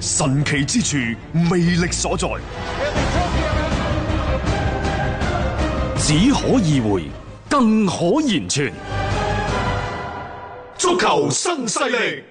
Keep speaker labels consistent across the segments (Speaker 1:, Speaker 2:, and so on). Speaker 1: 神奇之處，魅力所在，
Speaker 2: 只可意會，更可言傳。
Speaker 3: 足球新勢力，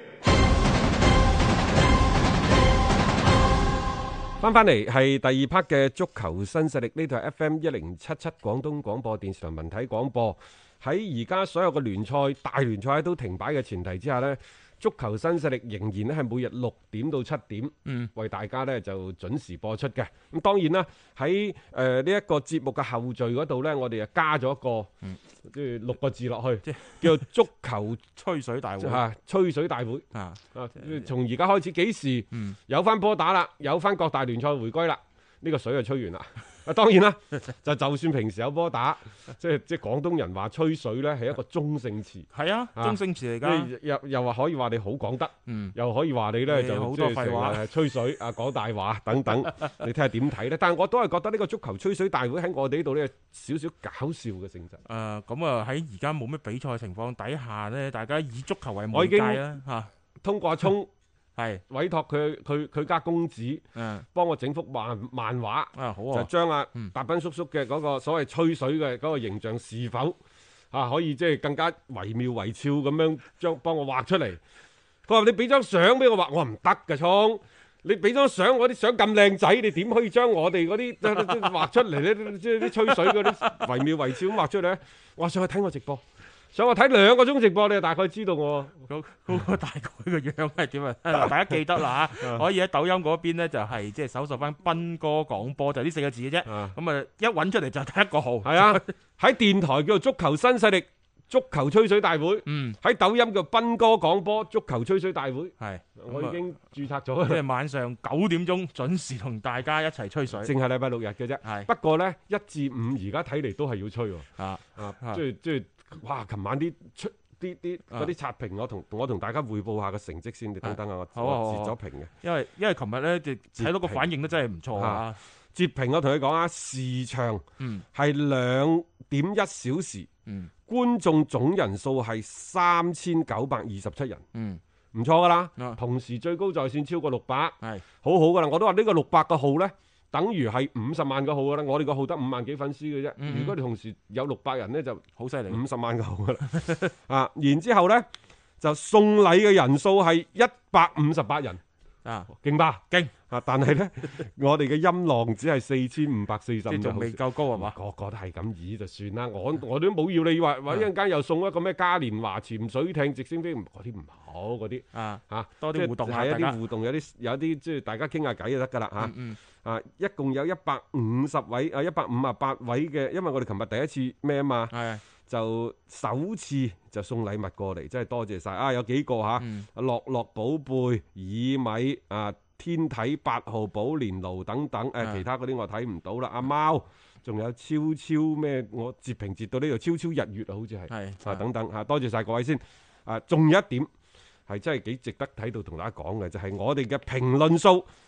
Speaker 4: 翻翻嚟係第二 part 嘅足球新勢力，呢度係 FM 一零七七廣東廣播電視台文體廣播。喺而家所有嘅聯賽、大聯賽都停擺嘅前提之下呢，足球新勢力仍然咧係每日六點到七點，嗯，為大家呢就準時播出嘅。咁當然啦，喺誒呢一個節目嘅後序嗰度呢，我哋就加咗一個
Speaker 5: 嗯
Speaker 4: 即係六個字落去，叫做足球
Speaker 5: 吹水大會
Speaker 4: 啊吹水大會。
Speaker 5: 啊！嗯
Speaker 4: 啊！從而家開始，幾時有翻波打啦？有翻各大聯賽回歸啦？呢、個水就吹完啦。 啊，當然啦，就就算平時有波打，即係即係廣東人話吹水呢係一個中性詞。
Speaker 5: 係啊，
Speaker 4: 啊
Speaker 5: 中性詞嚟㗎，
Speaker 4: 即係又又話可以話你好講得，
Speaker 5: 嗯
Speaker 4: 又可以話你呢
Speaker 5: 誒
Speaker 4: 就
Speaker 5: 好
Speaker 4: 即
Speaker 5: 多
Speaker 4: 係
Speaker 5: 廢話
Speaker 4: 成日吹水啊，講大話 等等，你睇下點睇呢？但係我都係覺得呢個足球吹水大會喺我哋呢度呢，有少少搞笑嘅性質。
Speaker 5: 誒咁啊喺而家冇乜比賽嘅情況底下咧，大家以足球為
Speaker 4: 我
Speaker 5: 媒
Speaker 4: 已經
Speaker 5: 介啦嚇，
Speaker 4: 通過阿聰
Speaker 5: 係
Speaker 4: 委託佢佢佢家公子
Speaker 5: 嗯
Speaker 4: 幫我整幅漫漫畫。
Speaker 5: 啊好
Speaker 4: 就
Speaker 5: 啊，
Speaker 4: 將啊
Speaker 5: 嗯
Speaker 4: 達斌叔叔嘅嗰個所謂吹水嘅嗰個形象是否啊可以即係更加惟妙惟肖咁樣將幫我畫出嚟。佢話你俾張相俾我畫，我話唔得嘅聰。你俾張相，我啲相咁靚仔，你點可以將我哋嗰啲畫出嚟咧？即係啲吹水嗰啲惟妙惟肖咁畫出嚟咧？我話上去睇我直播，上去睇兩個鐘直播，你就大概知道我
Speaker 5: 嗰嗰個大概個樣係 點啊？嗱大家記得 啦嚇，可以喺抖音嗰邊咧就係即係搜索翻斌哥廣播就呢四個字嘅啫，
Speaker 4: 啊。
Speaker 5: 咁啊一揾出嚟就第一個號，
Speaker 4: 係啊，喺電台叫做足球新勢力、足球吹水大會。
Speaker 5: 嗯
Speaker 4: 喺抖音叫斌哥講波足球吹水大會，
Speaker 5: 係，
Speaker 4: 我
Speaker 5: 咁
Speaker 4: 已
Speaker 5: 啊
Speaker 4: 經註冊
Speaker 5: 即
Speaker 4: 咗啦，
Speaker 5: 係晚上九點鐘準時同大家一齊吹水，
Speaker 4: 淨係禮拜六日嘅啫。
Speaker 5: 係
Speaker 4: 不過呢，一至五而家睇嚟都係要吹喎，
Speaker 5: 啊
Speaker 4: 啊，
Speaker 5: 啊
Speaker 4: 即係即係，哇！琴晚啲出啲啲
Speaker 5: 啊
Speaker 4: 嗰啲刷屏，我同我同大家匯報下個成績先。你等等啊，我
Speaker 5: 好啊好
Speaker 4: 我
Speaker 5: 啊
Speaker 4: 截
Speaker 5: 好
Speaker 4: 咗
Speaker 5: 啊
Speaker 4: 屏嘅，
Speaker 5: 因為因為琴日咧就睇到個反應都真係唔錯啊，
Speaker 4: 截屏我同你講啊，時長
Speaker 5: 嗯
Speaker 4: 係兩點一小時，
Speaker 5: 嗯
Speaker 4: 觀眾總人數係三千九百二十七人，
Speaker 5: 嗯
Speaker 4: 唔錯噶啦。
Speaker 5: 啊
Speaker 4: 同時最高在線超過六百。
Speaker 5: 係。
Speaker 4: 好好噶啦，我都話呢個六百個號呢，等於係五十萬個號噶啦。我哋個號得五萬幾粉絲嘅啫。
Speaker 5: 嗯
Speaker 4: 如果你同時有六百人呢，就
Speaker 5: 好犀利，
Speaker 4: 五十萬個號噶啦。 啊，然之後呢，就送禮嘅人數係一百五十八人，
Speaker 5: 啊，
Speaker 4: 勁吧？
Speaker 5: 勁
Speaker 4: 啊！但 係呢，我哋嘅音浪只係四千五百四十
Speaker 5: 即
Speaker 4: 五，嗯
Speaker 5: 係仲未夠高係嘛？
Speaker 4: 個個都係咁以就算啦，我我都冇要你話話一陣間又送一個咩嘉年華潛水艇直升飛，嗰啲唔好嗰啲
Speaker 5: 啊，
Speaker 4: 嚇，啊
Speaker 5: 多
Speaker 4: 即
Speaker 5: 啲
Speaker 4: 係
Speaker 5: 互動下
Speaker 4: 係一
Speaker 5: 大家
Speaker 4: 啲。互動，有啲有啲即係大家傾下偈就得㗎啦嚇。
Speaker 5: 嗯嗯，
Speaker 4: 啊，一共有一百五十位啊，一百五啊八位嘅，因為我哋琴日第一次咩啊嘛，
Speaker 5: 係
Speaker 4: 就首次就送禮物過嚟，真係多謝晒啊！有幾個嚇，
Speaker 5: 嗯
Speaker 4: 樂樂寶貝、耳米啊、天體八號、寶蓮奴等等，誒、
Speaker 5: 啊
Speaker 4: 其他嗰啲我睇唔到啦。阿、貓，仲有超超咩？我截屏截到呢度，超超日月啊，好似係。
Speaker 5: 係
Speaker 4: 啊等等嚇，多謝晒各位先。啊，仲有一點係真係幾值得喺度同大家講嘅，就係、我哋嘅評論數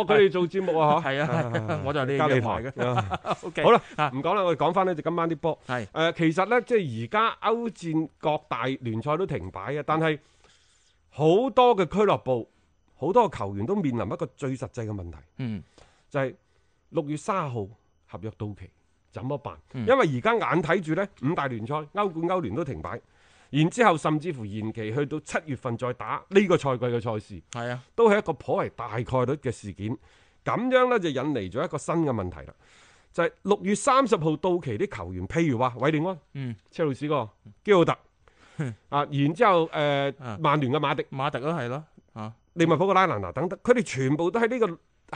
Speaker 4: 哦，佢哋做節目啊
Speaker 5: 哥，係啊， 我就係你
Speaker 4: 嚇，隔
Speaker 5: 約
Speaker 4: 離
Speaker 5: 埋嘅
Speaker 4: 台。啊
Speaker 5: OK，
Speaker 4: 好啦
Speaker 5: 啊，
Speaker 4: 唔講啦，我哋講翻呢就今晚啲波。
Speaker 5: 係
Speaker 4: 誒、其實呢，即係而家歐戰各大聯賽都停擺啊嘅，但係好多嘅俱樂部、好多嘅球員都面臨一個最實際嘅問題，
Speaker 5: 嗯
Speaker 4: 就係、六月三號合約到期，怎麼辦？
Speaker 5: 嗯
Speaker 4: 因為而家眼睇住呢五大聯賽、歐冠、歐聯都停擺，然之後甚至乎延期去到七月份再打呢個賽季嘅賽事，
Speaker 5: 係啊，
Speaker 4: 都係一個頗為大概率嘅事件。咁樣呢，就引嚟咗一個新嘅問題啦，就係、六月三十號到期啲球員，譬如話韋利安、
Speaker 5: 嗯、
Speaker 4: 車路士嗰個 基奧特啊，然之後誒、呃
Speaker 5: 啊
Speaker 4: 曼聯嘅馬迪、
Speaker 5: 馬特都係咯，啊，
Speaker 4: 利物浦嘅拉蘭拿等等，佢哋全部都喺呢個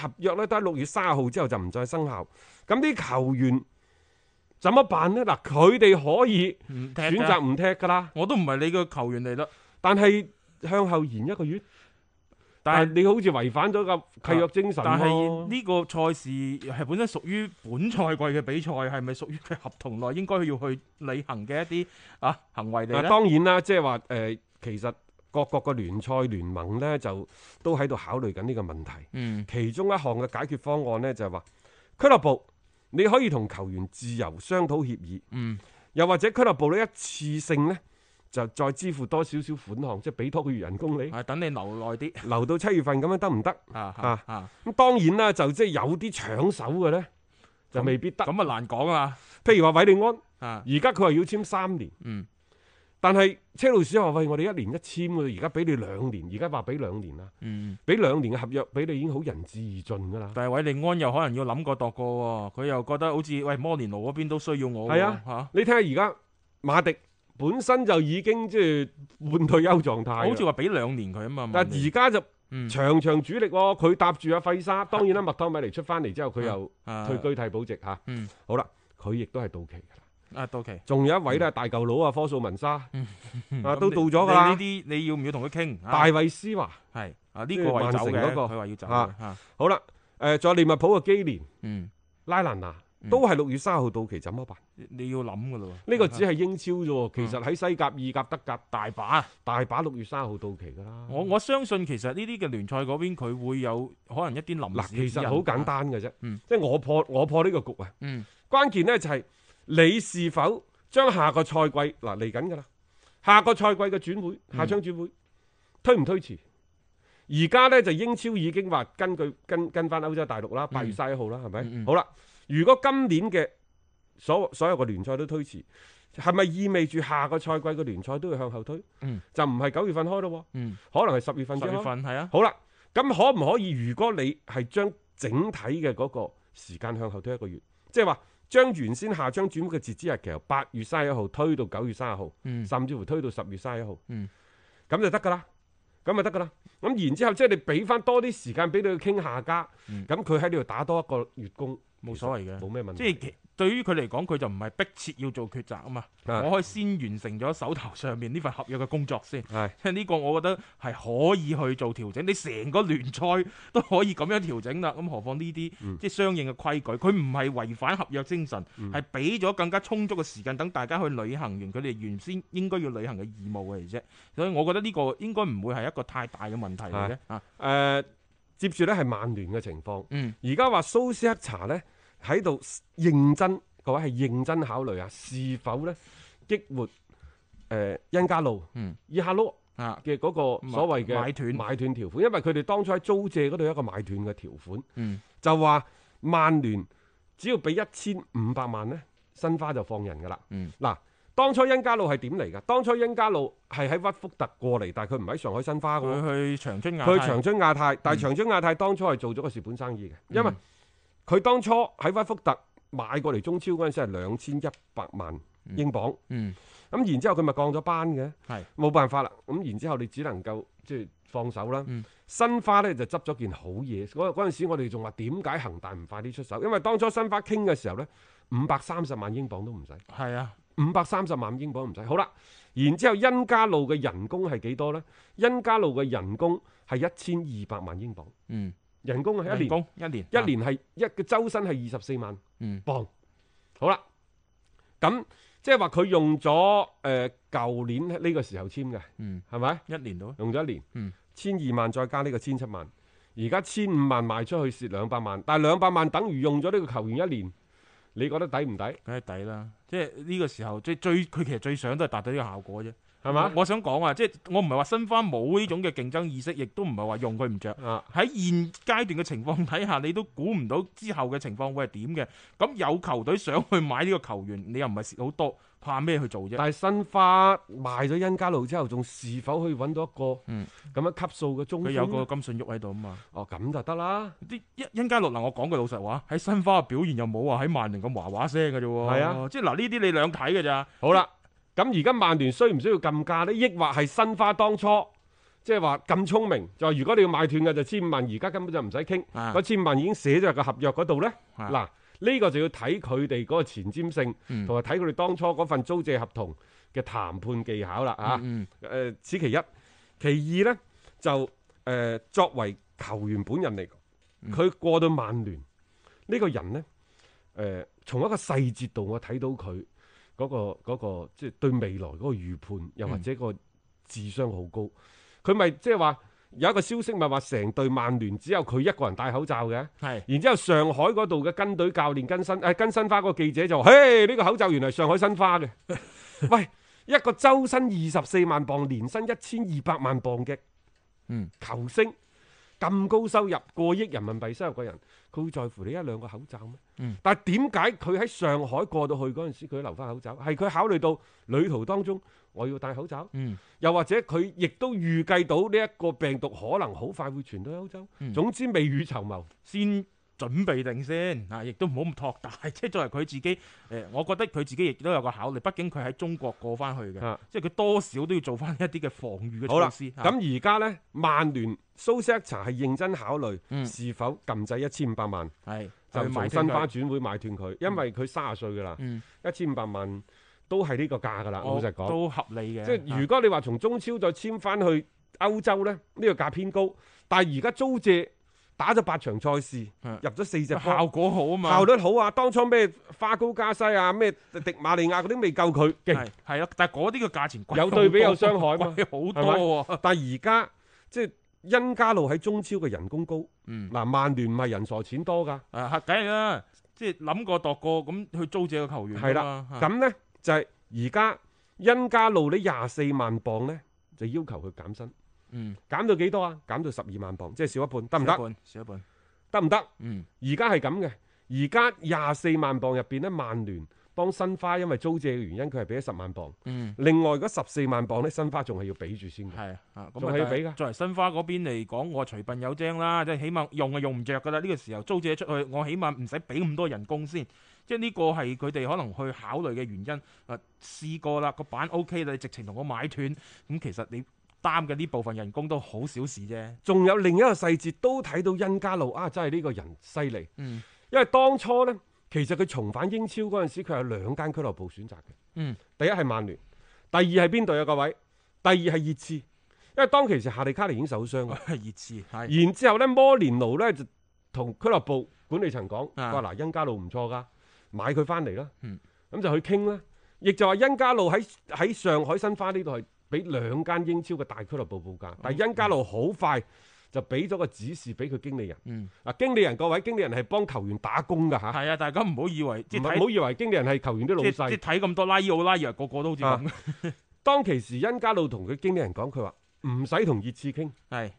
Speaker 4: 合約咧，都喺六月三十號之後就唔再生效。咁啲球員怎麼辦呢？嗱，佢哋可以
Speaker 5: 唔嗯踢
Speaker 4: 選
Speaker 5: 㗎
Speaker 4: 擇唔踢㗎啦，
Speaker 5: 我都唔係你個球員嚟咯，
Speaker 4: 但係向後延一個月，但
Speaker 5: 但係
Speaker 4: 係你好似違反咗個契約精神
Speaker 5: 但係
Speaker 4: 喎
Speaker 5: 呢個賽事係本身屬於本賽季嘅比賽，係咪屬於佢合同內應該要去履行嘅一啲啊行為嚟
Speaker 4: 啊，
Speaker 5: 咧？
Speaker 4: 當然啦，即係話誒，其實各國嘅聯賽聯盟呢，就都喺度考慮緊呢個問題。
Speaker 5: 嗯
Speaker 4: 其中一項嘅解決方案呢，就係話，俱樂部你可以同球員自由商討協議，
Speaker 5: 嗯，
Speaker 4: 又或者俱樂部呢一次性呢，就再支付多少少款項，即係俾多個月人工你，
Speaker 5: 係等你留耐啲
Speaker 4: 留到七月份咁樣得唔得？
Speaker 5: 啊
Speaker 4: 嗯啊
Speaker 5: 啊啊，
Speaker 4: 咁當然啦，就即係有啲搶手嘅呢，就未必得。
Speaker 5: 咁啊難講啊
Speaker 4: 譬如話韋利安。
Speaker 5: 啊，
Speaker 4: 而家佢話要簽三年，
Speaker 5: 嗯，
Speaker 4: 但係車路士話喂，我哋一年一簽嘅，而家俾你兩年，而家話俾兩年啦，
Speaker 5: 嗯，
Speaker 4: 俾兩年嘅合約俾你已經好仁至義盡㗎啦。
Speaker 5: 但係韋利安又可能要諗過度過喎，佢又覺得好似喂摩連奴嗰邊都需要我喎，
Speaker 4: 係啊
Speaker 5: 嚇
Speaker 4: 你睇下而家馬迪本身就已經即係半退休狀態，
Speaker 5: 好似，話俾兩年佢啊嘛，
Speaker 4: 但而家就
Speaker 5: 嗯
Speaker 4: 場場主力喎，佢搭住阿費沙，當然啦，麥當米尼出翻嚟之後，佢又
Speaker 5: 啊
Speaker 4: 退居替補席嚇。
Speaker 5: 嗯
Speaker 4: 好啦，佢亦都係到期㗎啦。
Speaker 5: 啊到期。
Speaker 4: 仲有一位咧，大舊佬啊，科素文沙啊，都
Speaker 5: 嗯咁
Speaker 4: 到
Speaker 5: 你
Speaker 4: 咗㗎
Speaker 5: 你
Speaker 4: 啦
Speaker 5: 呢。啲你要唔要同佢傾？
Speaker 4: 大
Speaker 5: 啊
Speaker 4: 衛斯華，
Speaker 5: 係啊，呢
Speaker 4: 即係
Speaker 5: 個係
Speaker 4: 曼
Speaker 5: 走
Speaker 4: 城
Speaker 5: 嘅，
Speaker 4: 嗰個
Speaker 5: 佢話要走
Speaker 4: 啊
Speaker 5: 嘅嚇。
Speaker 4: 好啦，誒，仲有利物浦嘅基連。
Speaker 5: 嗯，
Speaker 4: 拉蘭拿
Speaker 5: 嗯
Speaker 4: 都係六月三號到期，怎麼辦？
Speaker 5: 你要諗噶咯喎。
Speaker 4: 呢個只係英超啫喎，其實喺西甲、意甲、德甲大把大把六月三號到期㗎啦。
Speaker 5: 我我相信其實呢啲嘅聯賽嗰邊佢會有可能一啲臨
Speaker 4: 嗱，
Speaker 5: 時嘅
Speaker 4: 其
Speaker 5: 指
Speaker 4: 實
Speaker 5: 引
Speaker 4: 好簡。單嘅啫
Speaker 5: 嗯，
Speaker 4: 即係我破我破呢個局啊。
Speaker 5: 嗯
Speaker 4: 關鍵呢就係你是否將下個賽季嗱嚟緊㗎啦，下個賽季嘅轉會
Speaker 5: 嗯
Speaker 4: 下窗轉會推唔推遲？而家呢就英超已經話根據跟跟翻歐洲大陸啦，八月三十一號啦，係
Speaker 5: 嗯
Speaker 4: 咪？
Speaker 5: 嗯
Speaker 4: 好啦，如果今年嘅所所有嘅聯賽都推遲，係咪意味住下個賽季嘅聯賽都要向後推？
Speaker 5: 嗯
Speaker 4: 就唔係九月份開咯
Speaker 5: 嗯，
Speaker 4: 喎，可能係十月份
Speaker 5: 十
Speaker 4: 先
Speaker 5: 月
Speaker 4: 開。
Speaker 5: 份係啊，
Speaker 4: 好啦，咁可唔可以？如果你係將整體嘅嗰個時間向後推一個月，即係話將原先下張轉會嘅截止日期由八月三十一號推到九月三十號，
Speaker 5: 嗯
Speaker 4: 甚至乎推到十月三十一號，
Speaker 5: 嗯
Speaker 4: 咁就得㗎啦，咁就得㗎啦。咁然之後，即係你俾翻多啲時間俾你去傾下家，
Speaker 5: 嗯
Speaker 4: 咁佢喺呢度打多一個月工，
Speaker 5: 冇所謂嘅。
Speaker 4: 冇咩問題。
Speaker 5: 即係其對於佢嚟講，佢就唔係迫切要做抉擇啊嘛。
Speaker 4: 啊
Speaker 5: 我可以先完成咗手頭上面呢份合約嘅工作先。
Speaker 4: 係
Speaker 5: 即係 呢個，我覺得係可以去做調整。你成個聯賽都可以咁樣調整啦，咁何況呢啲、即係相應嘅規矩，佢唔係違反合約精神，係俾咗更加充足嘅時間等大家去履行完佢哋原先應該要履行嘅義務嚟啫。所以我覺得呢個應該唔會係一個太大嘅問題嚟嘅啊。
Speaker 4: 誒、接住咧係曼聯嘅情況。
Speaker 5: 嗯，
Speaker 4: 而家話蘇斯克查咧喺度認真，各位係認真考慮啊，是否咧激活誒、呃恩加路、
Speaker 5: 嗯、
Speaker 4: 伊哈魯
Speaker 5: 啊，
Speaker 4: 嘅嗰個所謂嘅
Speaker 5: 買買斷
Speaker 4: 買斷條款，因為佢哋當初喺租借嗰度有一個買斷嘅條款，
Speaker 5: 嗯
Speaker 4: 就話曼聯只要俾一千五百萬咧，申花就放人㗎啦。
Speaker 5: 嗯
Speaker 4: 嗱。當初恩加路係點嚟㗎？當初恩加路係喺屈福特過嚟，但係佢唔喺上海申花㗎喎。
Speaker 5: 佢去長春亞嗯
Speaker 4: 佢
Speaker 5: 泰
Speaker 4: 長春亞泰，但係長春亞泰當初係做咗個蝕本生意嘅，
Speaker 5: 嗯
Speaker 4: 因為佢當初喺屈福特買過嚟中超嗰陣時係兩千一百萬英鎊，咁、
Speaker 5: 嗯
Speaker 4: 然之後佢咪降咗班嘅
Speaker 5: 係，
Speaker 4: 冇辦法啦。咁然之後你只能夠即係放手啦。
Speaker 5: 嗯
Speaker 4: 申花呢就執咗件好嘢，嗰嗰陣時我哋仲話點解恒大唔快啲出手？因為當初申花傾嘅時候呢，五百三十萬英鎊都唔使，
Speaker 5: 係啊，
Speaker 4: 五百三十萬英鎊唔使。好啦，然之後恩加路嘅人工係幾多呢？恩加路嘅人工係一千二百萬英鎊。
Speaker 5: 嗯，
Speaker 4: 人工係一
Speaker 5: 人
Speaker 4: 年，
Speaker 5: 工啊一年
Speaker 4: 一年係一個周薪係二十四萬
Speaker 5: 嗯
Speaker 4: 磅。好啦，咁即係話佢用咗誒舊年呢個時候簽嘅，
Speaker 5: 嗯
Speaker 4: 係咪
Speaker 5: 一年到，
Speaker 4: 用咗一年
Speaker 5: 嗯？
Speaker 4: 千二萬再加呢個千七萬，而家千五萬賣出去蝕兩百萬，但係兩百萬等於用咗呢個球員一年，你覺得抵唔抵？
Speaker 5: 梗係抵啦。即係呢個時候，即係最佢其實最想都係達到呢個效果啫。
Speaker 4: 係嘛
Speaker 5: 我？我想講啊，即係我唔係話申花冇呢種嘅競爭意識，亦都唔係話用佢唔着。
Speaker 4: 啊，
Speaker 5: 喺現階段嘅情況底下，你都估唔到之後嘅情況會係點嘅。咁有球隊想去買呢個球員，你又唔係蝕好多，怕咩去做啫？
Speaker 4: 但係申花賣咗恩加路之後，仲是否可以揾到一個
Speaker 5: 嗯
Speaker 4: 咁樣級數嘅中鋒
Speaker 5: 佢
Speaker 4: 呢？
Speaker 5: 有個金信喐喺度啊嘛。
Speaker 4: 哦，咁就得啦。
Speaker 5: 啲一恩加洛嗱，我講句老實話，喺申花嘅表現又冇話喺曼聯咁話話聲嘅啫喎。
Speaker 4: 係啊，
Speaker 5: 即係嗱呢啲你兩睇嘅咋。
Speaker 4: 好啦，咁而家曼聯需唔需要禁價呢？抑或係申花當初即係話咁聰明，就話如果你要買斷嘅就千五萬，而家根本就唔使傾，
Speaker 5: 啊
Speaker 4: 嗰千五萬已經寫咗入個合約嗰度呢。
Speaker 5: 啊
Speaker 4: 嗱、呢個就要睇佢哋嗰個前瞻性，
Speaker 5: 嗯
Speaker 4: 同埋睇佢哋當初嗰份租借合同嘅談判技巧啦啊！
Speaker 5: 嗯
Speaker 4: 誒、此其一，其二呢，就誒、呃作為球員本人嚟講，佢過到曼聯呢、個人呢，誒、從一個細節度我睇到佢嗰、個嗰、個即係對未來嗰個預判，又或者個智商好高。佢咪即係話有一個消息咪話成隊曼聯只有佢一個人戴口罩嘅。
Speaker 5: 係
Speaker 4: 然之後上海嗰度嘅跟隊教練跟新誒跟申花嗰個記者就話：，嘿，呢個口罩原來係上海 申花嘅。喂，一個周薪二十四萬磅、年薪一千二百萬磅嘅
Speaker 5: 嗯
Speaker 4: 球星，咁高收入過億人民幣收入嘅人，佢會在乎你一兩個口罩咩？
Speaker 5: 嗯
Speaker 4: 但係點解佢喺上海過到去嗰陣時，佢都留翻口罩？係佢考慮到旅途當中我要戴口罩，
Speaker 5: 嗯
Speaker 4: 又或者佢亦都預計到呢一個病毒可能好快會傳到歐洲。
Speaker 5: 嗯
Speaker 4: 總之未雨綢繆。
Speaker 5: 先準備定先啊，亦都唔好咁托大。 即係作為佢自己，誒、我覺得佢自己亦都有個考慮，畢竟佢喺中國過翻去嘅，
Speaker 4: 啊
Speaker 5: 即係佢多少都要做翻一啲嘅防禦嘅
Speaker 4: 好啦，
Speaker 5: 措施。啊
Speaker 4: 咁而家呢，曼聯蘇斯克查係認真考慮
Speaker 5: 嗯
Speaker 4: 是否禁制一千五百萬，
Speaker 5: 係
Speaker 4: 就
Speaker 5: 去買升
Speaker 4: 從申
Speaker 5: 佢
Speaker 4: 花轉會買斷佢，因為佢卅歲噶啦，
Speaker 5: 嗯，
Speaker 4: 一千五百萬都係呢個價噶啦。老
Speaker 5: 我
Speaker 4: 實講，
Speaker 5: 都啊合理嘅。
Speaker 4: 即係如果你話從中超再簽翻去歐洲呢，呢、個價偏高，但係而家租借打咗八場賽事，
Speaker 5: 啊
Speaker 4: 入咗四隻
Speaker 5: 啊
Speaker 4: 波
Speaker 5: 效果好啊嘛，
Speaker 4: 效率好啊！當初咩花高加西啊，咩迪馬利亞嗰啲未夠佢勁
Speaker 5: 係，係咯，但係嗰啲嘅價錢貴
Speaker 4: 有
Speaker 5: 好
Speaker 4: 對比
Speaker 5: 多
Speaker 4: 有傷害嘛
Speaker 5: 貴好多喎。
Speaker 4: 但係而家即係恩加路喺中超嘅人工高。
Speaker 5: 嗯。
Speaker 4: 嗱，曼聯唔係人傻錢多㗎，
Speaker 5: 啊，係梗係啦，即係諗過度過咁去租借個球員㗎
Speaker 4: 係啦
Speaker 5: 嘛。啊
Speaker 4: 咁呢，就係而家恩加路呢廿四萬磅呢，就要求佢減薪，
Speaker 5: 嗯，
Speaker 4: 減到幾多啊？減到十二萬磅，即係少一半，得唔
Speaker 5: 少一
Speaker 4: 得？
Speaker 5: 半，少一半，
Speaker 4: 得唔得？
Speaker 5: 嗯，
Speaker 4: 而家係咁嘅，而家廿四萬磅入邊呢，曼聯幫申花因為租借嘅原因，佢係俾咗十萬磅，
Speaker 5: 嗯，
Speaker 4: 另外嗰十四萬磅呢，申花仲係要俾住先嘅。
Speaker 5: 係啊，咁
Speaker 4: 仲
Speaker 5: 啊
Speaker 4: 係要
Speaker 5: 但係
Speaker 4: 俾㗎
Speaker 5: 作為申花嗰邊嚟講，我隨笨有精啦，即係起碼用啊用唔着㗎啦。呢個時候租借出去，我起碼唔使俾咁多人工先。即係呢個係佢哋可能去考慮嘅原因。啊，試過啦，個版 O K 啦，你直情同我買斷，咁其實你擔嘅呢部分人工都好小事啫。
Speaker 4: 仲有另一個細節都睇到恩加路啊，真係呢個人犀利。
Speaker 5: 嗯
Speaker 4: 因為當初呢，其實佢重返英超嗰陣時，佢有兩間俱樂部選擇嘅。
Speaker 5: 嗯，
Speaker 4: 第一係曼聯，第二係邊隊啊？各位，第二係熱刺。因為當其時夏利卡尼已經受傷啦，
Speaker 5: 熱刺係，
Speaker 4: 然之後呢，摩連奴呢就同俱樂部管理層講：
Speaker 5: 啊
Speaker 4: 話嗱，恩加路唔錯㗎，買佢翻嚟啦。
Speaker 5: 嗯
Speaker 4: 咁就去傾啦。亦就話恩加路喺喺上海申花呢度係俾兩間英超嘅大俱樂部報
Speaker 5: 哦
Speaker 4: 價，但係恩加路好快就俾咗個指示俾佢經理人。
Speaker 5: 嗯，
Speaker 4: 嗱，經理人各位，經理人係幫球員打工㗎嚇，
Speaker 5: 係啊，大家唔好以為即
Speaker 4: 唔
Speaker 5: 係睇
Speaker 4: 係唔好以為經理人係球員啲老
Speaker 5: 即係即係
Speaker 4: 細。啊
Speaker 5: 睇咁多拉伊奧拉伊，個個都好似咁。
Speaker 4: 當其時，恩加路同佢經理人講，佢話唔使同熱刺傾，
Speaker 5: 係，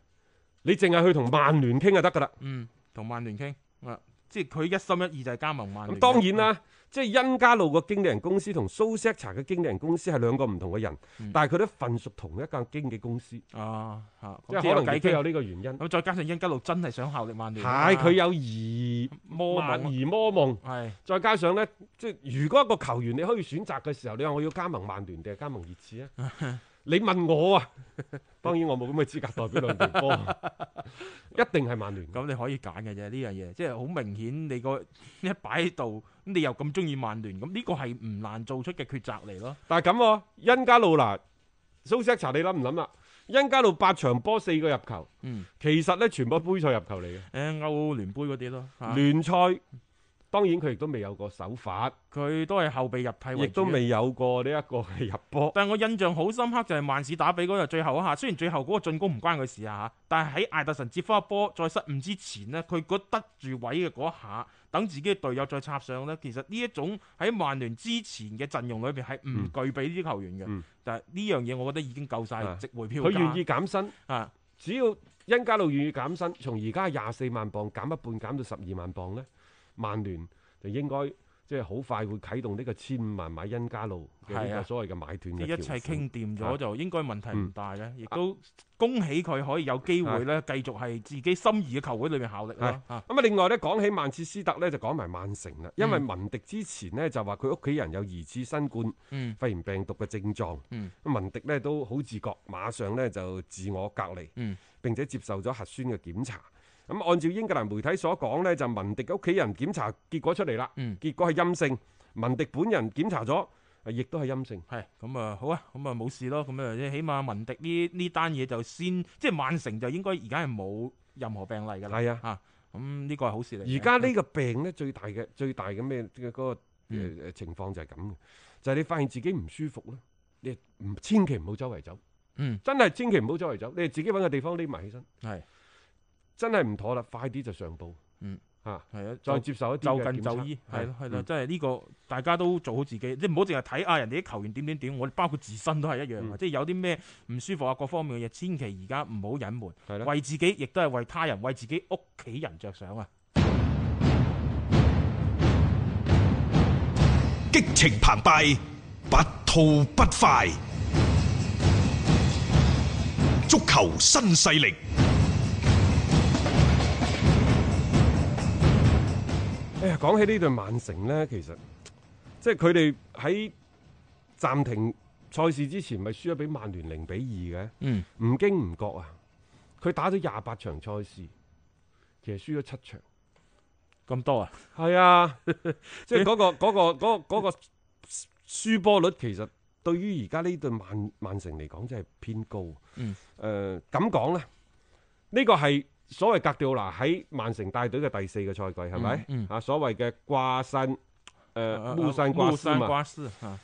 Speaker 4: 你淨係去同曼聯傾就得㗎啦。
Speaker 5: 嗯，同曼聯傾啊，即係佢一心一意就係加盟曼聯。
Speaker 4: 咁當然，啦，即係恩加路個經理人公司同蘇斯克查嘅經理人公司係兩個唔同嘅人，但係佢都份屬同一間經紀公司，即
Speaker 5: 啊嚇，
Speaker 4: 係
Speaker 5: 咁即係
Speaker 4: 可
Speaker 5: 有
Speaker 4: 能
Speaker 5: 計
Speaker 4: 亦都有
Speaker 5: 傾。
Speaker 4: 呢個原因。
Speaker 5: 咁再加上恩加路真係想效力曼聯啊，
Speaker 4: 係佢有疑
Speaker 5: 魔
Speaker 4: 萬
Speaker 5: 猛
Speaker 4: 疑魔夢，
Speaker 5: 係
Speaker 4: 再加上呢，即係如果一個球員你可以選擇嘅時候，你話我要加盟曼聯定係加盟熱刺啊？ 你問我啊，當然我冇咁嘅資格代表兩隊波，一定係曼聯。
Speaker 5: 咁你可以揀嘅啫呢樣嘢，即係好明顯你個 一擺喺度，咁你又咁中意曼聯，咁呢個係唔難做出嘅抉擇嚟咯。
Speaker 4: 但係咁喎，恩加路嗱，蘇斯克查你諗唔諗啦？恩加路八場波四個入球，
Speaker 5: 嗯，
Speaker 4: 其實呢，全部杯賽入球嚟嘅，
Speaker 5: 誒歐聯杯嗰啲咯，嚇
Speaker 4: 聯賽當然佢亦都未有過首發，
Speaker 5: 佢都係後備入替為主
Speaker 4: 亦都未有過呢一個係入波。
Speaker 5: 但我印象好深刻就係曼市打比嗰日最後一下，雖然最後嗰個進攻唔關佢事啊嚇，但係喺艾特神接翻一波再失誤之前呢，佢嗰得住位嘅嗰一下，等自己嘅隊友再插上呢，其實呢一種喺曼聯之前嘅陣容裏邊係唔具備呢啲球員嘅，
Speaker 4: 嗯
Speaker 5: 但係呢樣嘢我覺得已經夠晒
Speaker 4: 啊
Speaker 5: 值回票價。
Speaker 4: 佢願意減薪。
Speaker 5: 啊，
Speaker 4: 只要恩加路願意減薪，從而家廿四萬磅減一半，減到十二萬磅呢，曼聯就應該即係好快會啟動呢個千萬買恩加路嘅呢
Speaker 5: 係啊
Speaker 4: 個所謂嘅買斷
Speaker 5: 即
Speaker 4: 嘅
Speaker 5: 係一切
Speaker 4: 條款
Speaker 5: 傾掂
Speaker 4: 啊
Speaker 5: 咗就應該問題唔大嘅，亦都恭喜佢可以有機會咧繼續係自己心儀嘅球會裏面效力啦。啊
Speaker 4: 咁啊，另外咧講起曼徹斯特咧，就講埋曼城
Speaker 5: 嗯
Speaker 4: 啦，因為文迪之前呢，就話佢屋企人有疑似新冠
Speaker 5: 嗯
Speaker 4: 肺炎病毒嘅症狀，
Speaker 5: 嗯
Speaker 4: 咁文迪呢都好自覺，馬上呢就自我隔離，
Speaker 5: 嗯
Speaker 4: 並且接受咗核酸嘅檢查。咁按照英格蘭媒體所講呢，就文迪嘅屋企人檢查結果出嚟啦，
Speaker 5: 嗯
Speaker 4: 結果係陰性，文迪本人檢查咗，啊亦都係陰性。
Speaker 5: 係咁啊，好啊，咁啊冇事咯，咁啊即係起碼文迪呢呢單嘢就先，即係曼城就應該而家係冇任何病例㗎啦。
Speaker 4: 係啊
Speaker 5: 嚇，咁呢個係好事嚟嘅。
Speaker 4: 而家呢個病呢，最大嘅最大嘅咩嘅嗰個誒、
Speaker 5: 嗯
Speaker 4: 呃情況就係咁嘅，就係、你發現自己唔舒服咧，你唔千祈唔好周圍走，
Speaker 5: 嗯
Speaker 4: 真係千祈唔好周圍走，你係自己揾個地方匿埋起身，
Speaker 5: 係
Speaker 4: 真係唔妥啦，快啲就上報，
Speaker 5: 嗯
Speaker 4: 嚇、
Speaker 5: 係啊，
Speaker 4: 再接受一啲
Speaker 5: 就
Speaker 4: 嘅
Speaker 5: 近
Speaker 4: 檢
Speaker 5: 就
Speaker 4: 測
Speaker 5: 醫，係咯係咯，
Speaker 4: 嗯
Speaker 5: 即係呢個大家都做好自己，即係唔好淨係睇啊人哋啲球員點點點，我哋包括自身都係一樣嘅，
Speaker 4: 嗯
Speaker 5: 即係有啲咩唔舒服啊各方面嘅嘢，千祈而家唔好隱瞞，
Speaker 4: 係啦。
Speaker 5: 為自己亦都係為他人、為自己屋企人着想啊！
Speaker 3: 激情澎湃，不吐不快。足球新勢力，
Speaker 4: 哎呀，講起呢隊曼城呢，其實即係佢哋喺暫停賽事之前，咪輸咗俾曼聯零比二嘅。
Speaker 5: 嗯，
Speaker 4: 唔經唔覺啊，佢打咗廿八場賽事，其實輸咗七場。
Speaker 5: 咁多啊，
Speaker 4: 係啊， 即係嗰、個嗰、個嗰、個嗰、個輸波率其實對於而家呢隊曼曼城嚟講真係偏高。
Speaker 5: 嗯，
Speaker 4: 誒咁講咧，呢、個係所謂格調拿喺曼城帶隊嘅第四個賽季係咪？
Speaker 5: 嗯嗯啊
Speaker 4: 啊，所謂嘅掛身誒烏
Speaker 5: 烏
Speaker 4: 山掛斯
Speaker 5: 山
Speaker 4: 嘛，
Speaker 5: 瓜斯啊，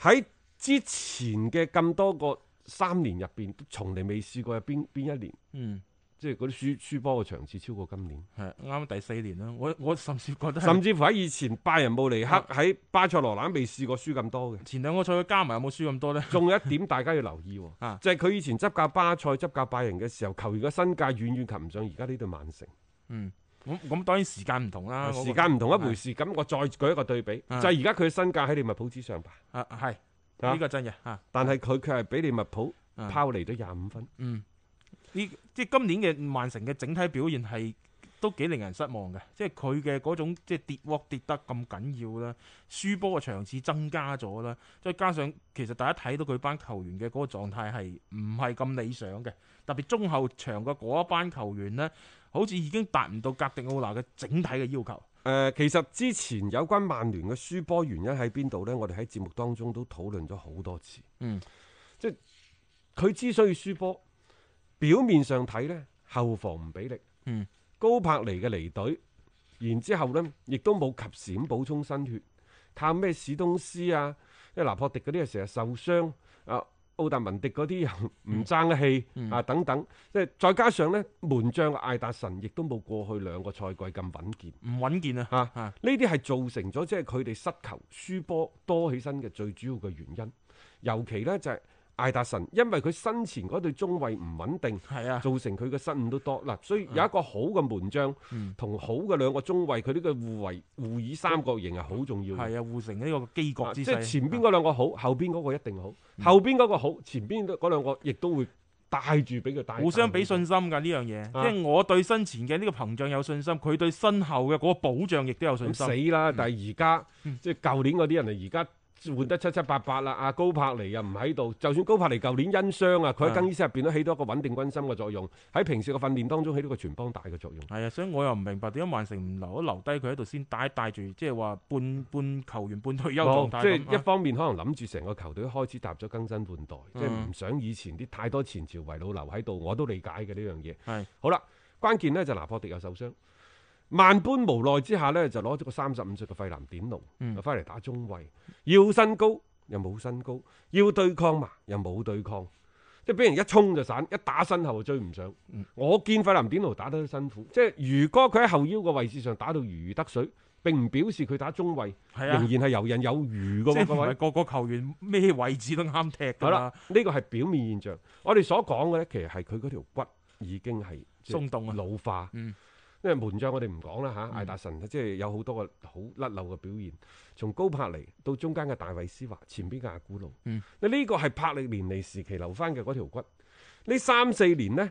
Speaker 4: 喺之前嘅咁多個三年入邊，都從嚟未試過有邊邊一年。
Speaker 5: 嗯，
Speaker 4: 即係嗰啲輸輸波嘅場次超過今年，
Speaker 5: 係啱啱第四年啦，我我甚至覺得係啊
Speaker 4: 甚至乎喺以前拜仁慕尼黑喺巴塞羅那未試過輸 咁多嘅。
Speaker 5: 前兩個賽季加埋有冇輸咁多呢？
Speaker 4: 仲有一點大家要留意喎，
Speaker 5: 啊
Speaker 4: 就係佢以前執教巴塞、執教拜仁嘅時候，球員嘅身價遠遠及唔上而家呢隊曼城。
Speaker 5: 嗯，咁咁當然時間唔同啦，嗰個
Speaker 4: 時間唔同一回事，咁我再舉一個對比，
Speaker 5: 啊
Speaker 4: 就係而家佢嘅身價喺利物浦之上吧，
Speaker 5: 啊係
Speaker 4: 啊
Speaker 5: 呢個真嘅啊。
Speaker 4: 但係佢卻係俾利物浦
Speaker 5: 啊
Speaker 4: 拋離咗廿五分。
Speaker 5: 嗯，呢即系今年嘅曼城嘅整體表現係都幾令人失望嘅，即係佢嘅嗰種即係跌鍋跌得咁緊要啦，輸波嘅場次增加咗啦，再加上其實大家睇到佢班球員嘅嗰個狀態係唔係咁理想嘅，特別中後場嘅嗰一班球員呢，好似已經達唔到格迪奧拿嘅整體嘅要求。
Speaker 4: 誒、其實之前有關曼聯嘅輸波原因喺邊度呢？我哋喺節目當中都討論咗好多次。
Speaker 5: 嗯，
Speaker 4: 即係佢之所以輸波，表面上睇呢，後防唔俾力。
Speaker 5: 嗯，
Speaker 4: 高柏尼嘅離隊，然之後呢，亦都冇及時咁補充新血，靠咩史東斯啊、即係拿破迪嗰啲又成日受傷，啊奧達文迪嗰啲又
Speaker 5: 嗯
Speaker 4: 唔爭氣、啊等等，即係再加上呢，門將嘅艾達臣亦都冇過去兩個賽季咁穩健。
Speaker 5: 唔穩健啊！
Speaker 4: 嚇
Speaker 5: 嚇
Speaker 4: 呢啲係造成咗即係佢哋失球、輸波多起身嘅最主要嘅原因。尤其呢，就係、艾達臣，因為佢身前嗰對中衞唔穩定，
Speaker 5: 係啊，
Speaker 4: 造成佢嘅失誤都多。嗱，所以有一個好嘅門將
Speaker 5: 嗯
Speaker 4: 同好嘅兩個中衞，佢呢個互為互以三角形係好重要嘅。
Speaker 5: 係啊，互成呢個基角
Speaker 4: 啊
Speaker 5: 之啊嗯
Speaker 4: 即
Speaker 5: 勢。
Speaker 4: 係前邊嗰兩個好，後邊嗰個一定好，後邊嗰個好，前邊嗰兩個亦都會帶住俾佢帶。
Speaker 5: 啊互相俾信心㗎呢樣嘢，
Speaker 4: 啊
Speaker 5: 即係我對身前嘅呢個膨脹有信心，佢對身後嘅嗰個保障亦都有信
Speaker 4: 咁
Speaker 5: 心。
Speaker 4: 死啦！但係而家
Speaker 5: 嗯
Speaker 4: 即係舊年嗰啲人嚟，而家換得七七八八啦。阿高柏尼又唔喺度，就算高柏尼舊年因傷啊，佢喺
Speaker 5: 嗯
Speaker 4: 更衣室入邊都起到一個穩定軍心嘅作用，喺平時嘅訓練當中起到個全幫帶嘅作用。
Speaker 5: 係啊，所以我又唔明白點解曼城唔留留低佢喺度先帶帶住，即係話半半球員半退休狀態
Speaker 4: 即係
Speaker 5: 咁
Speaker 4: 一
Speaker 5: 啊
Speaker 4: 方面可能諗住成個球隊開始踏咗更新換代，即係
Speaker 5: 嗯
Speaker 4: 唔想以前啲太多前朝遺老留喺度，我都理解嘅呢樣嘢。
Speaker 5: 係
Speaker 4: 好啦，關鍵呢就拿破迪又受傷，萬般無奈之下呢，就攞咗個三十五歲嘅費南典奴
Speaker 5: 嗯
Speaker 4: 翻嚟打中衞，要身高又冇身高，要對抗嘛又冇對抗。即係俾人一衝就散，一打身後就追唔上。
Speaker 5: 嗯
Speaker 4: 我見費南典奴打得都辛苦，即係如果佢喺後腰嘅位置上打到如魚得水，並唔表示佢打中衞
Speaker 5: 係
Speaker 4: 仍
Speaker 5: 啊
Speaker 4: 然，係游刃有餘
Speaker 5: 即係
Speaker 4: 嘅喎，各
Speaker 5: 唔係
Speaker 4: 位。
Speaker 5: 個個球員咩位置都啱踢
Speaker 4: 好
Speaker 5: 㗎
Speaker 4: 啦
Speaker 5: 啦。，
Speaker 4: 呢個係表面現象。我哋所講嘅呢，其實係佢嗰條骨已經係即係
Speaker 5: 鬆動啊
Speaker 4: 老化。
Speaker 5: 嗯
Speaker 4: 因為門將我哋唔講啦嚇，艾達臣即係有好多個好甩漏嘅表現，從高柏尼到中間嘅大衛斯華，前邊嘅阿古路，
Speaker 5: 嗯
Speaker 4: 你呢個係柏力連尼時期留翻嘅嗰條骨。呢三四年呢，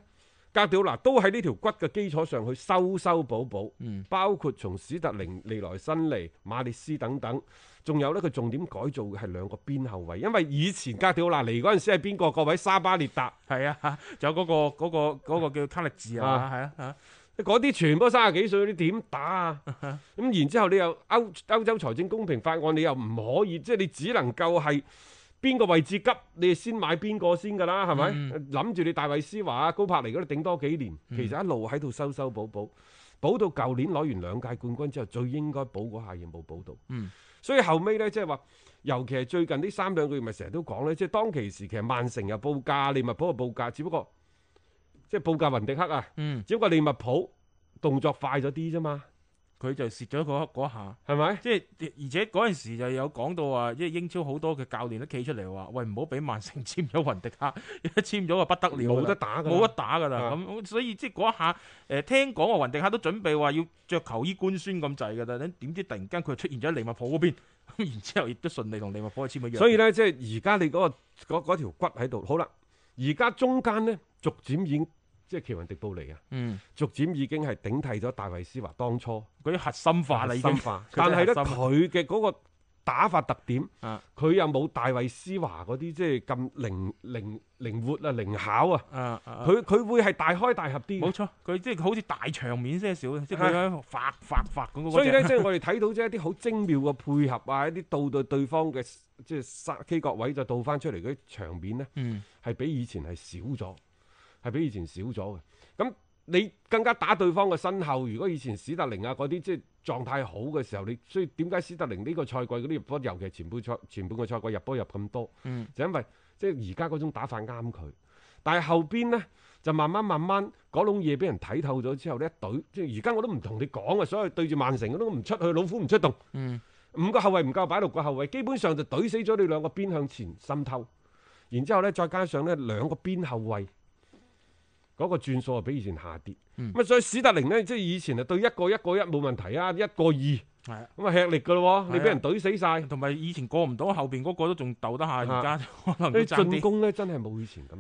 Speaker 4: 格調嗱都喺呢條骨嘅基礎上去修修補補，
Speaker 5: 嗯
Speaker 4: 包括從史特靈、利來新尼、馬列斯等等，仲有呢，佢重點改造嘅係兩個邊後衞，因為以前格調嗱嚟嗰陣時係邊個？各位沙巴列達。
Speaker 5: 係啊， 仲有嗰個嗰個嗰個叫卡力治啊，
Speaker 4: 啊
Speaker 5: 係啊，啊
Speaker 4: 嗰啲全部都三十幾歲，你點打啊？咁然之後你又歐歐洲財政公平法案，你又唔可以，即係你只能夠係邊個位置急，你就先買邊個先㗎啦，係咪？諗住、你大衛斯華啊、高柏尼嗰啲頂多幾年，其實一路喺度修修補補，補到舊年攞完兩屆冠軍之後，最應該補嗰下嘢冇補到。
Speaker 5: 嗯
Speaker 4: 所以後尾呢，即係話，尤其係最近呢三兩個月，咪成日都講呢，即係當其時其實曼城又報價，利物浦又報價，只不過即係報價雲迪克啊。
Speaker 5: 嗯，
Speaker 4: 只不過利物浦動作快咗啲啫嘛，
Speaker 5: 佢就蝕咗嗰嗰下。
Speaker 4: 係咪？
Speaker 5: 即係而且嗰陣時就有講到話，即係英超好多嘅教練都企出嚟話，喂唔好俾曼城簽咗雲迪克， 一簽咗就不得了㗎啦，
Speaker 4: 冇得打㗎啦
Speaker 5: 冇得打㗎啦。
Speaker 4: 啊
Speaker 5: 咁所以即係嗰一下，誒、聽講話雲迪克都準備話要着球衣官宣咁滯㗎啦，咁點知突然間佢出現咗喺利物浦嗰邊，咁 然之後亦都順利同利物浦去簽咗約。
Speaker 4: 所以咧，即係而家你嗰、個嗰嗰條骨喺度，好啦，而家中間咧逐漸已經即係奇雲迪布尼啊，
Speaker 5: 嗯，
Speaker 4: 逐漸已經係頂替咗大衛斯華當初
Speaker 5: 嗰啲核心化啦已經
Speaker 4: 心， 化，
Speaker 5: 佢真
Speaker 4: 但
Speaker 5: 係
Speaker 4: 係咧
Speaker 5: 核心
Speaker 4: 佢嘅嗰個打法特點，
Speaker 5: 啊
Speaker 4: 佢又冇大衛斯華嗰啲即係咁靈靈靈活啊靈巧啊，
Speaker 5: 啊啊啊
Speaker 4: 佢佢會係大開大合啲嘅
Speaker 5: 冇。錯，佢即係好似大場面些少，即係佢喺度發發發咁嗰
Speaker 4: 所以咧，
Speaker 5: 隻
Speaker 4: 即係我哋睇到即係一啲好精妙嘅配合啊，一啲到到對方嘅即係殺 K 角位就倒翻出嚟嗰啲場面咧，
Speaker 5: 嗯。
Speaker 4: 係比以前係少咗，係比以前少咗嘅。咁你更加打對方嘅身後，如果以前史特靈啊嗰啲即係狀態好嘅時候，你所以點解史特靈呢個賽季嗰啲入波，尤其係前半賽前半個賽季入波入咁多，
Speaker 5: 嗯
Speaker 4: 就因為即係而家嗰種打法啱佢。但係後邊呢，就慢慢慢慢嗰種嘢俾人睇透咗之後呢，一隊即係而家我都唔同你講啊，所以對住曼城我都唔出去，老虎唔出洞。
Speaker 5: 嗯
Speaker 4: 五個後衞唔夠擺六個後衞，基本上就懟死咗你兩個邊向前滲透，然之後呢，再加上呢兩個邊後衞嗰個轉數啊，比以前下跌。
Speaker 5: 嗯
Speaker 4: 咁啊、所以史特寧呢，即係以前啊對一個一個一冇問題啊，一個二
Speaker 5: 係啊
Speaker 4: 咁啊吃力噶咯
Speaker 5: 係啊
Speaker 4: 喎，你俾人懟死晒。
Speaker 5: 同埋以前過唔到後邊嗰個都仲鬥得下，而家可能都
Speaker 4: 你
Speaker 5: 爭
Speaker 4: 哎進
Speaker 5: 啲。
Speaker 4: 攻呢，真係冇以前咁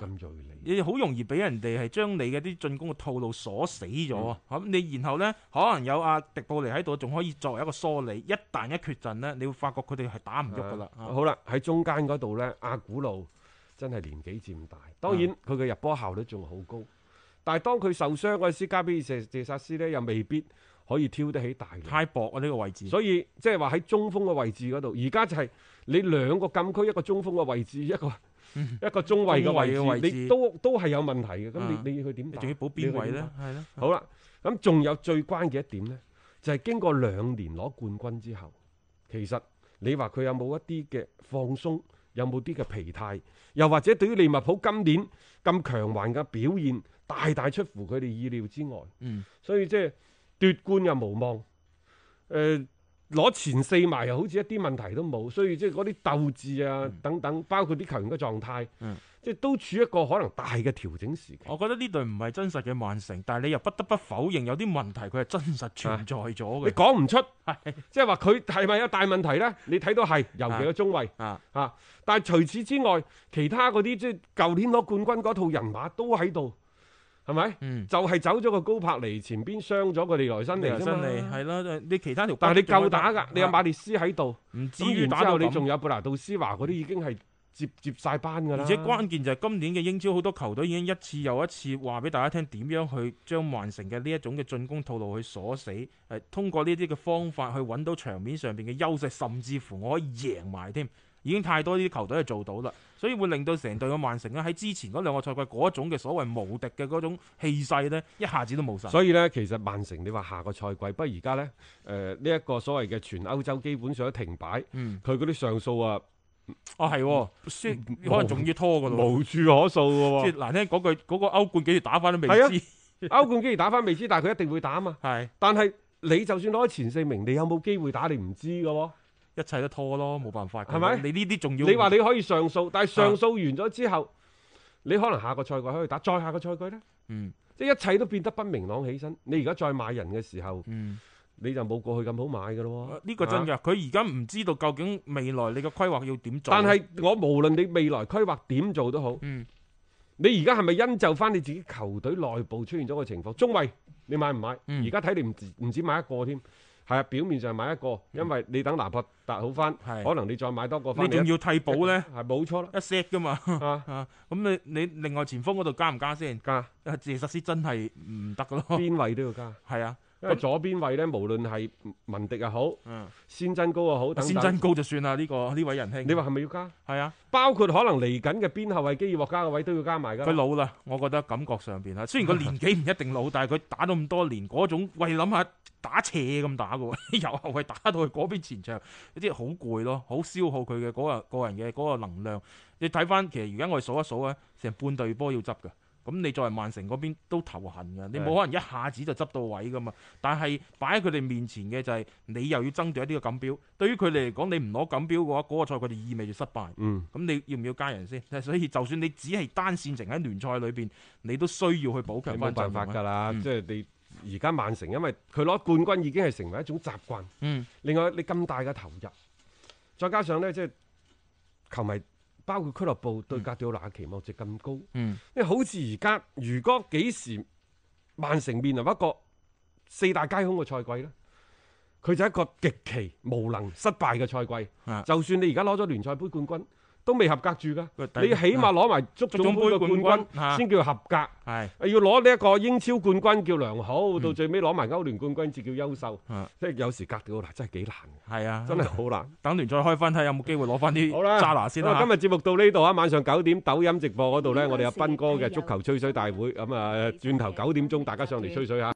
Speaker 4: 咁鋭利。
Speaker 5: 你好容易俾人哋係將你嘅啲進攻嘅套路鎖死咗啊！咁、你然後呢，可能有阿迪布尼喺度，仲可以作為一個梳理。一旦一缺陣呢，你會發覺佢哋係打唔喐噶啦。
Speaker 4: 啊
Speaker 5: 啊
Speaker 4: 好啦，喺中間嗰度呢，阿古路真係年紀漸大，當
Speaker 5: 啊
Speaker 4: 然佢嘅入波效率仲好高，但係當佢受傷嗰陣時，加比爾謝謝薩斯呢，又未必可以挑得起大梁。
Speaker 5: 太薄啊！呢、個位置，
Speaker 4: 所以即係話喺中鋒嘅位置嗰度，而家就係你兩個禁區，一個中鋒嘅位置，一個一個中衞嘅
Speaker 5: 嗯中衞嘅
Speaker 4: 位
Speaker 5: 位置
Speaker 4: 置，你都都係有問題嘅。咁
Speaker 5: 啊
Speaker 4: 你你去點
Speaker 5: 你
Speaker 4: 打？
Speaker 5: 仲要補邊位
Speaker 4: 你去點
Speaker 5: 呢？係咯，啊
Speaker 4: 打？ 好啦，咁仲有最關鍵一點呢，就係經過兩年攞冠軍之後，其實你話佢有冇一啲嘅放鬆，有冇啲嘅疲態，又或者對於利物浦今年咁強橫嘅表現，大大出乎佢哋意料之外。
Speaker 5: 嗯，
Speaker 4: 所以即係奪冠又無望，誒、攞前四埋又好似一啲問題都冇，所以即係嗰啲鬥志啊等等，包括啲球員嘅狀態，
Speaker 5: 嗯
Speaker 4: 即係都處一個可能大嘅調整時期。
Speaker 5: 我覺得呢隊唔係真實嘅曼城，但係你又不得不否認有啲問題佢係真實存在咗嘅。
Speaker 4: 你講唔出，即係話佢係咪有大問題呢？你睇到係，尤其個中衞
Speaker 5: 啊
Speaker 4: 啊，但係除此之外，其他嗰啲即係舊年攞冠軍嗰套人馬都喺度，係咪？
Speaker 5: 嗯，
Speaker 4: 就係走咗個高柏尼，前邊傷咗個利萊辛尼
Speaker 5: 真
Speaker 4: 啫嘛。
Speaker 5: 嚟係啦，你啊其他條
Speaker 4: 但係你夠打
Speaker 5: 㗎
Speaker 4: 㗎，，你有馬列斯喺度。
Speaker 5: 唔至
Speaker 4: 咁
Speaker 5: 於
Speaker 4: 然
Speaker 5: 打
Speaker 4: 之
Speaker 5: 到
Speaker 4: 後你
Speaker 5: 咁
Speaker 4: 仲有布拿杜斯華嗰啲已經係接接晒班㗎啦，
Speaker 5: 而且關鍵就係今年嘅英超好多球隊已經一次又一次話俾大家聽點樣去將曼城嘅呢一種嘅進攻套路去鎖死，誒、通過呢啲嘅方法去揾到場面上邊嘅優勢，甚至乎我可以贏埋添。已經太多呢啲球隊係做到啦，所以會令到成隊嘅曼城咧喺之前嗰兩個賽季嗰種嘅所謂無敵嘅嗰種氣勢咧，一下子都冇晒。
Speaker 4: 所以呢，其實曼城你話下個賽季，不過而家呢，誒呢一個所謂嘅全歐洲基本上都停擺，
Speaker 5: 嗯，
Speaker 4: 佢嗰啲上訴啊
Speaker 5: 哦係喎，輸可能仲要拖噶咯，
Speaker 4: 無處可訴
Speaker 5: 即
Speaker 4: 㗎
Speaker 5: 係難聽講句，嗰、個歐冠幾時打翻都未
Speaker 4: 係啊
Speaker 5: 知，
Speaker 4: 喎。歐冠既然打翻未知，但係佢一定會打嘛。
Speaker 5: 係
Speaker 4: 但係你就算攞前四名，你有冇機會打你唔知㗎喎。
Speaker 5: 一切都拖咯，冇辦法㗎。
Speaker 4: 係咪
Speaker 5: 你呢啲仲要啊
Speaker 4: 你話你可以上訴，但係上訴完咗之後，你可能下個賽季可以打，再下個賽季呢，
Speaker 5: 嗯。
Speaker 4: 即係一切都變得不明朗起身。你而家再買人嘅時候，
Speaker 5: 嗯，
Speaker 4: 你就冇過去咁好買㗎咯喎。
Speaker 5: 呢個真
Speaker 4: 啊
Speaker 5: 嘅，佢而家唔知道究竟未來你嘅規劃要點做。啊
Speaker 4: 但係我無論你未來規劃點做都好，
Speaker 5: 嗯，
Speaker 4: 你而家係咪因就翻你自己球隊內部出現咗個情況？中衞你買唔買？
Speaker 5: 嗯
Speaker 4: 而家睇你唔止唔止買一個添，係啊，表面上買一個，因為你等拿破達好翻，
Speaker 5: 係
Speaker 4: 可能你再買多個
Speaker 5: 你
Speaker 4: 翻，
Speaker 5: 仲要替補咧，
Speaker 4: 係冇錯啦
Speaker 5: 一 set 噶嘛。
Speaker 4: 啊！
Speaker 5: 啊，咁你你另外前鋒嗰度加唔加先？
Speaker 4: 加
Speaker 5: 啊，謝實施真係唔得噶咯。
Speaker 4: 邊位都要加，
Speaker 5: 係啊，
Speaker 4: 因為左邊位咧，無論係文迪又好，
Speaker 5: 嗯，
Speaker 4: 先真高又好，等
Speaker 5: 先
Speaker 4: 等
Speaker 5: 真，高就算啦。呢個呢位仁兄，
Speaker 4: 你話係咪要加？
Speaker 5: 係啊？
Speaker 4: 包括可能嚟緊嘅邊後衞基爾獲加嘅位都要加埋㗎
Speaker 5: 佢
Speaker 4: 啦。
Speaker 5: 老啦，我覺得感覺上邊啊，雖然個年紀唔一定老，但係佢打咗咁多年，嗰種喂諗下打斜咁打嘅喎， 由後衞打到去嗰邊前場，即係好攰咯，好消耗佢嘅嗰個個人嘅嗰個能量。你睇翻其實而家我哋數一數啊，成半隊波要執嘅，咁你作為曼城嗰邊都頭痕嘅，你冇可能一下子就執到位噶嘛。但係擺喺佢哋面前嘅就係你又要爭奪一啲嘅錦標，對於佢哋嚟講，你唔攞錦標嘅話，嗰、個賽季就意味住失敗。
Speaker 4: 嗯。
Speaker 5: 咁你要唔要加人先？ 所以就算你只係單線程喺聯賽裏邊，你都需要去補強
Speaker 4: 你冇
Speaker 5: 翻陣
Speaker 4: 辦
Speaker 5: 容啊
Speaker 4: 法㗎啦，
Speaker 5: 嗯
Speaker 4: 即係你而家曼城，因為佢攞冠軍已經係成為一種習慣。
Speaker 5: 嗯，
Speaker 4: 另外你咁大嘅投入，再加上咧即係球迷包括俱樂部對格調拿嘅期望值咁高，
Speaker 5: 嗯，
Speaker 4: 因為好似而家如果幾時曼城面臨一個四大皆空嘅賽季咧，佢就係一個極其無能失敗嘅賽季。
Speaker 5: 啊
Speaker 4: 就算你而家攞咗聯賽杯冠軍，都未合格住㗎。
Speaker 5: 喂第
Speaker 4: 你起碼攞埋足總杯嘅冠
Speaker 5: 足總杯冠軍啊
Speaker 4: 軍先叫合格。
Speaker 5: 係
Speaker 4: 要攞呢一個英超冠軍叫良好，到最尾攞埋歐聯冠軍至叫優秀
Speaker 5: 嗯。
Speaker 4: 即係有時格調嗱真係幾難嘅，
Speaker 5: 係啊，
Speaker 4: 真係好難。
Speaker 5: 等聯賽開翻睇下有冇機會攞翻啲
Speaker 4: 好啦，
Speaker 5: 渣拿先
Speaker 4: 咁啊
Speaker 5: 啦。
Speaker 4: 今日節目到呢度啊，晚上九點抖音直播嗰度呢，
Speaker 6: 嗯
Speaker 4: 我哋有斌哥嘅足球吹水大會，咁啊轉頭九點鐘大家上嚟吹水嚇。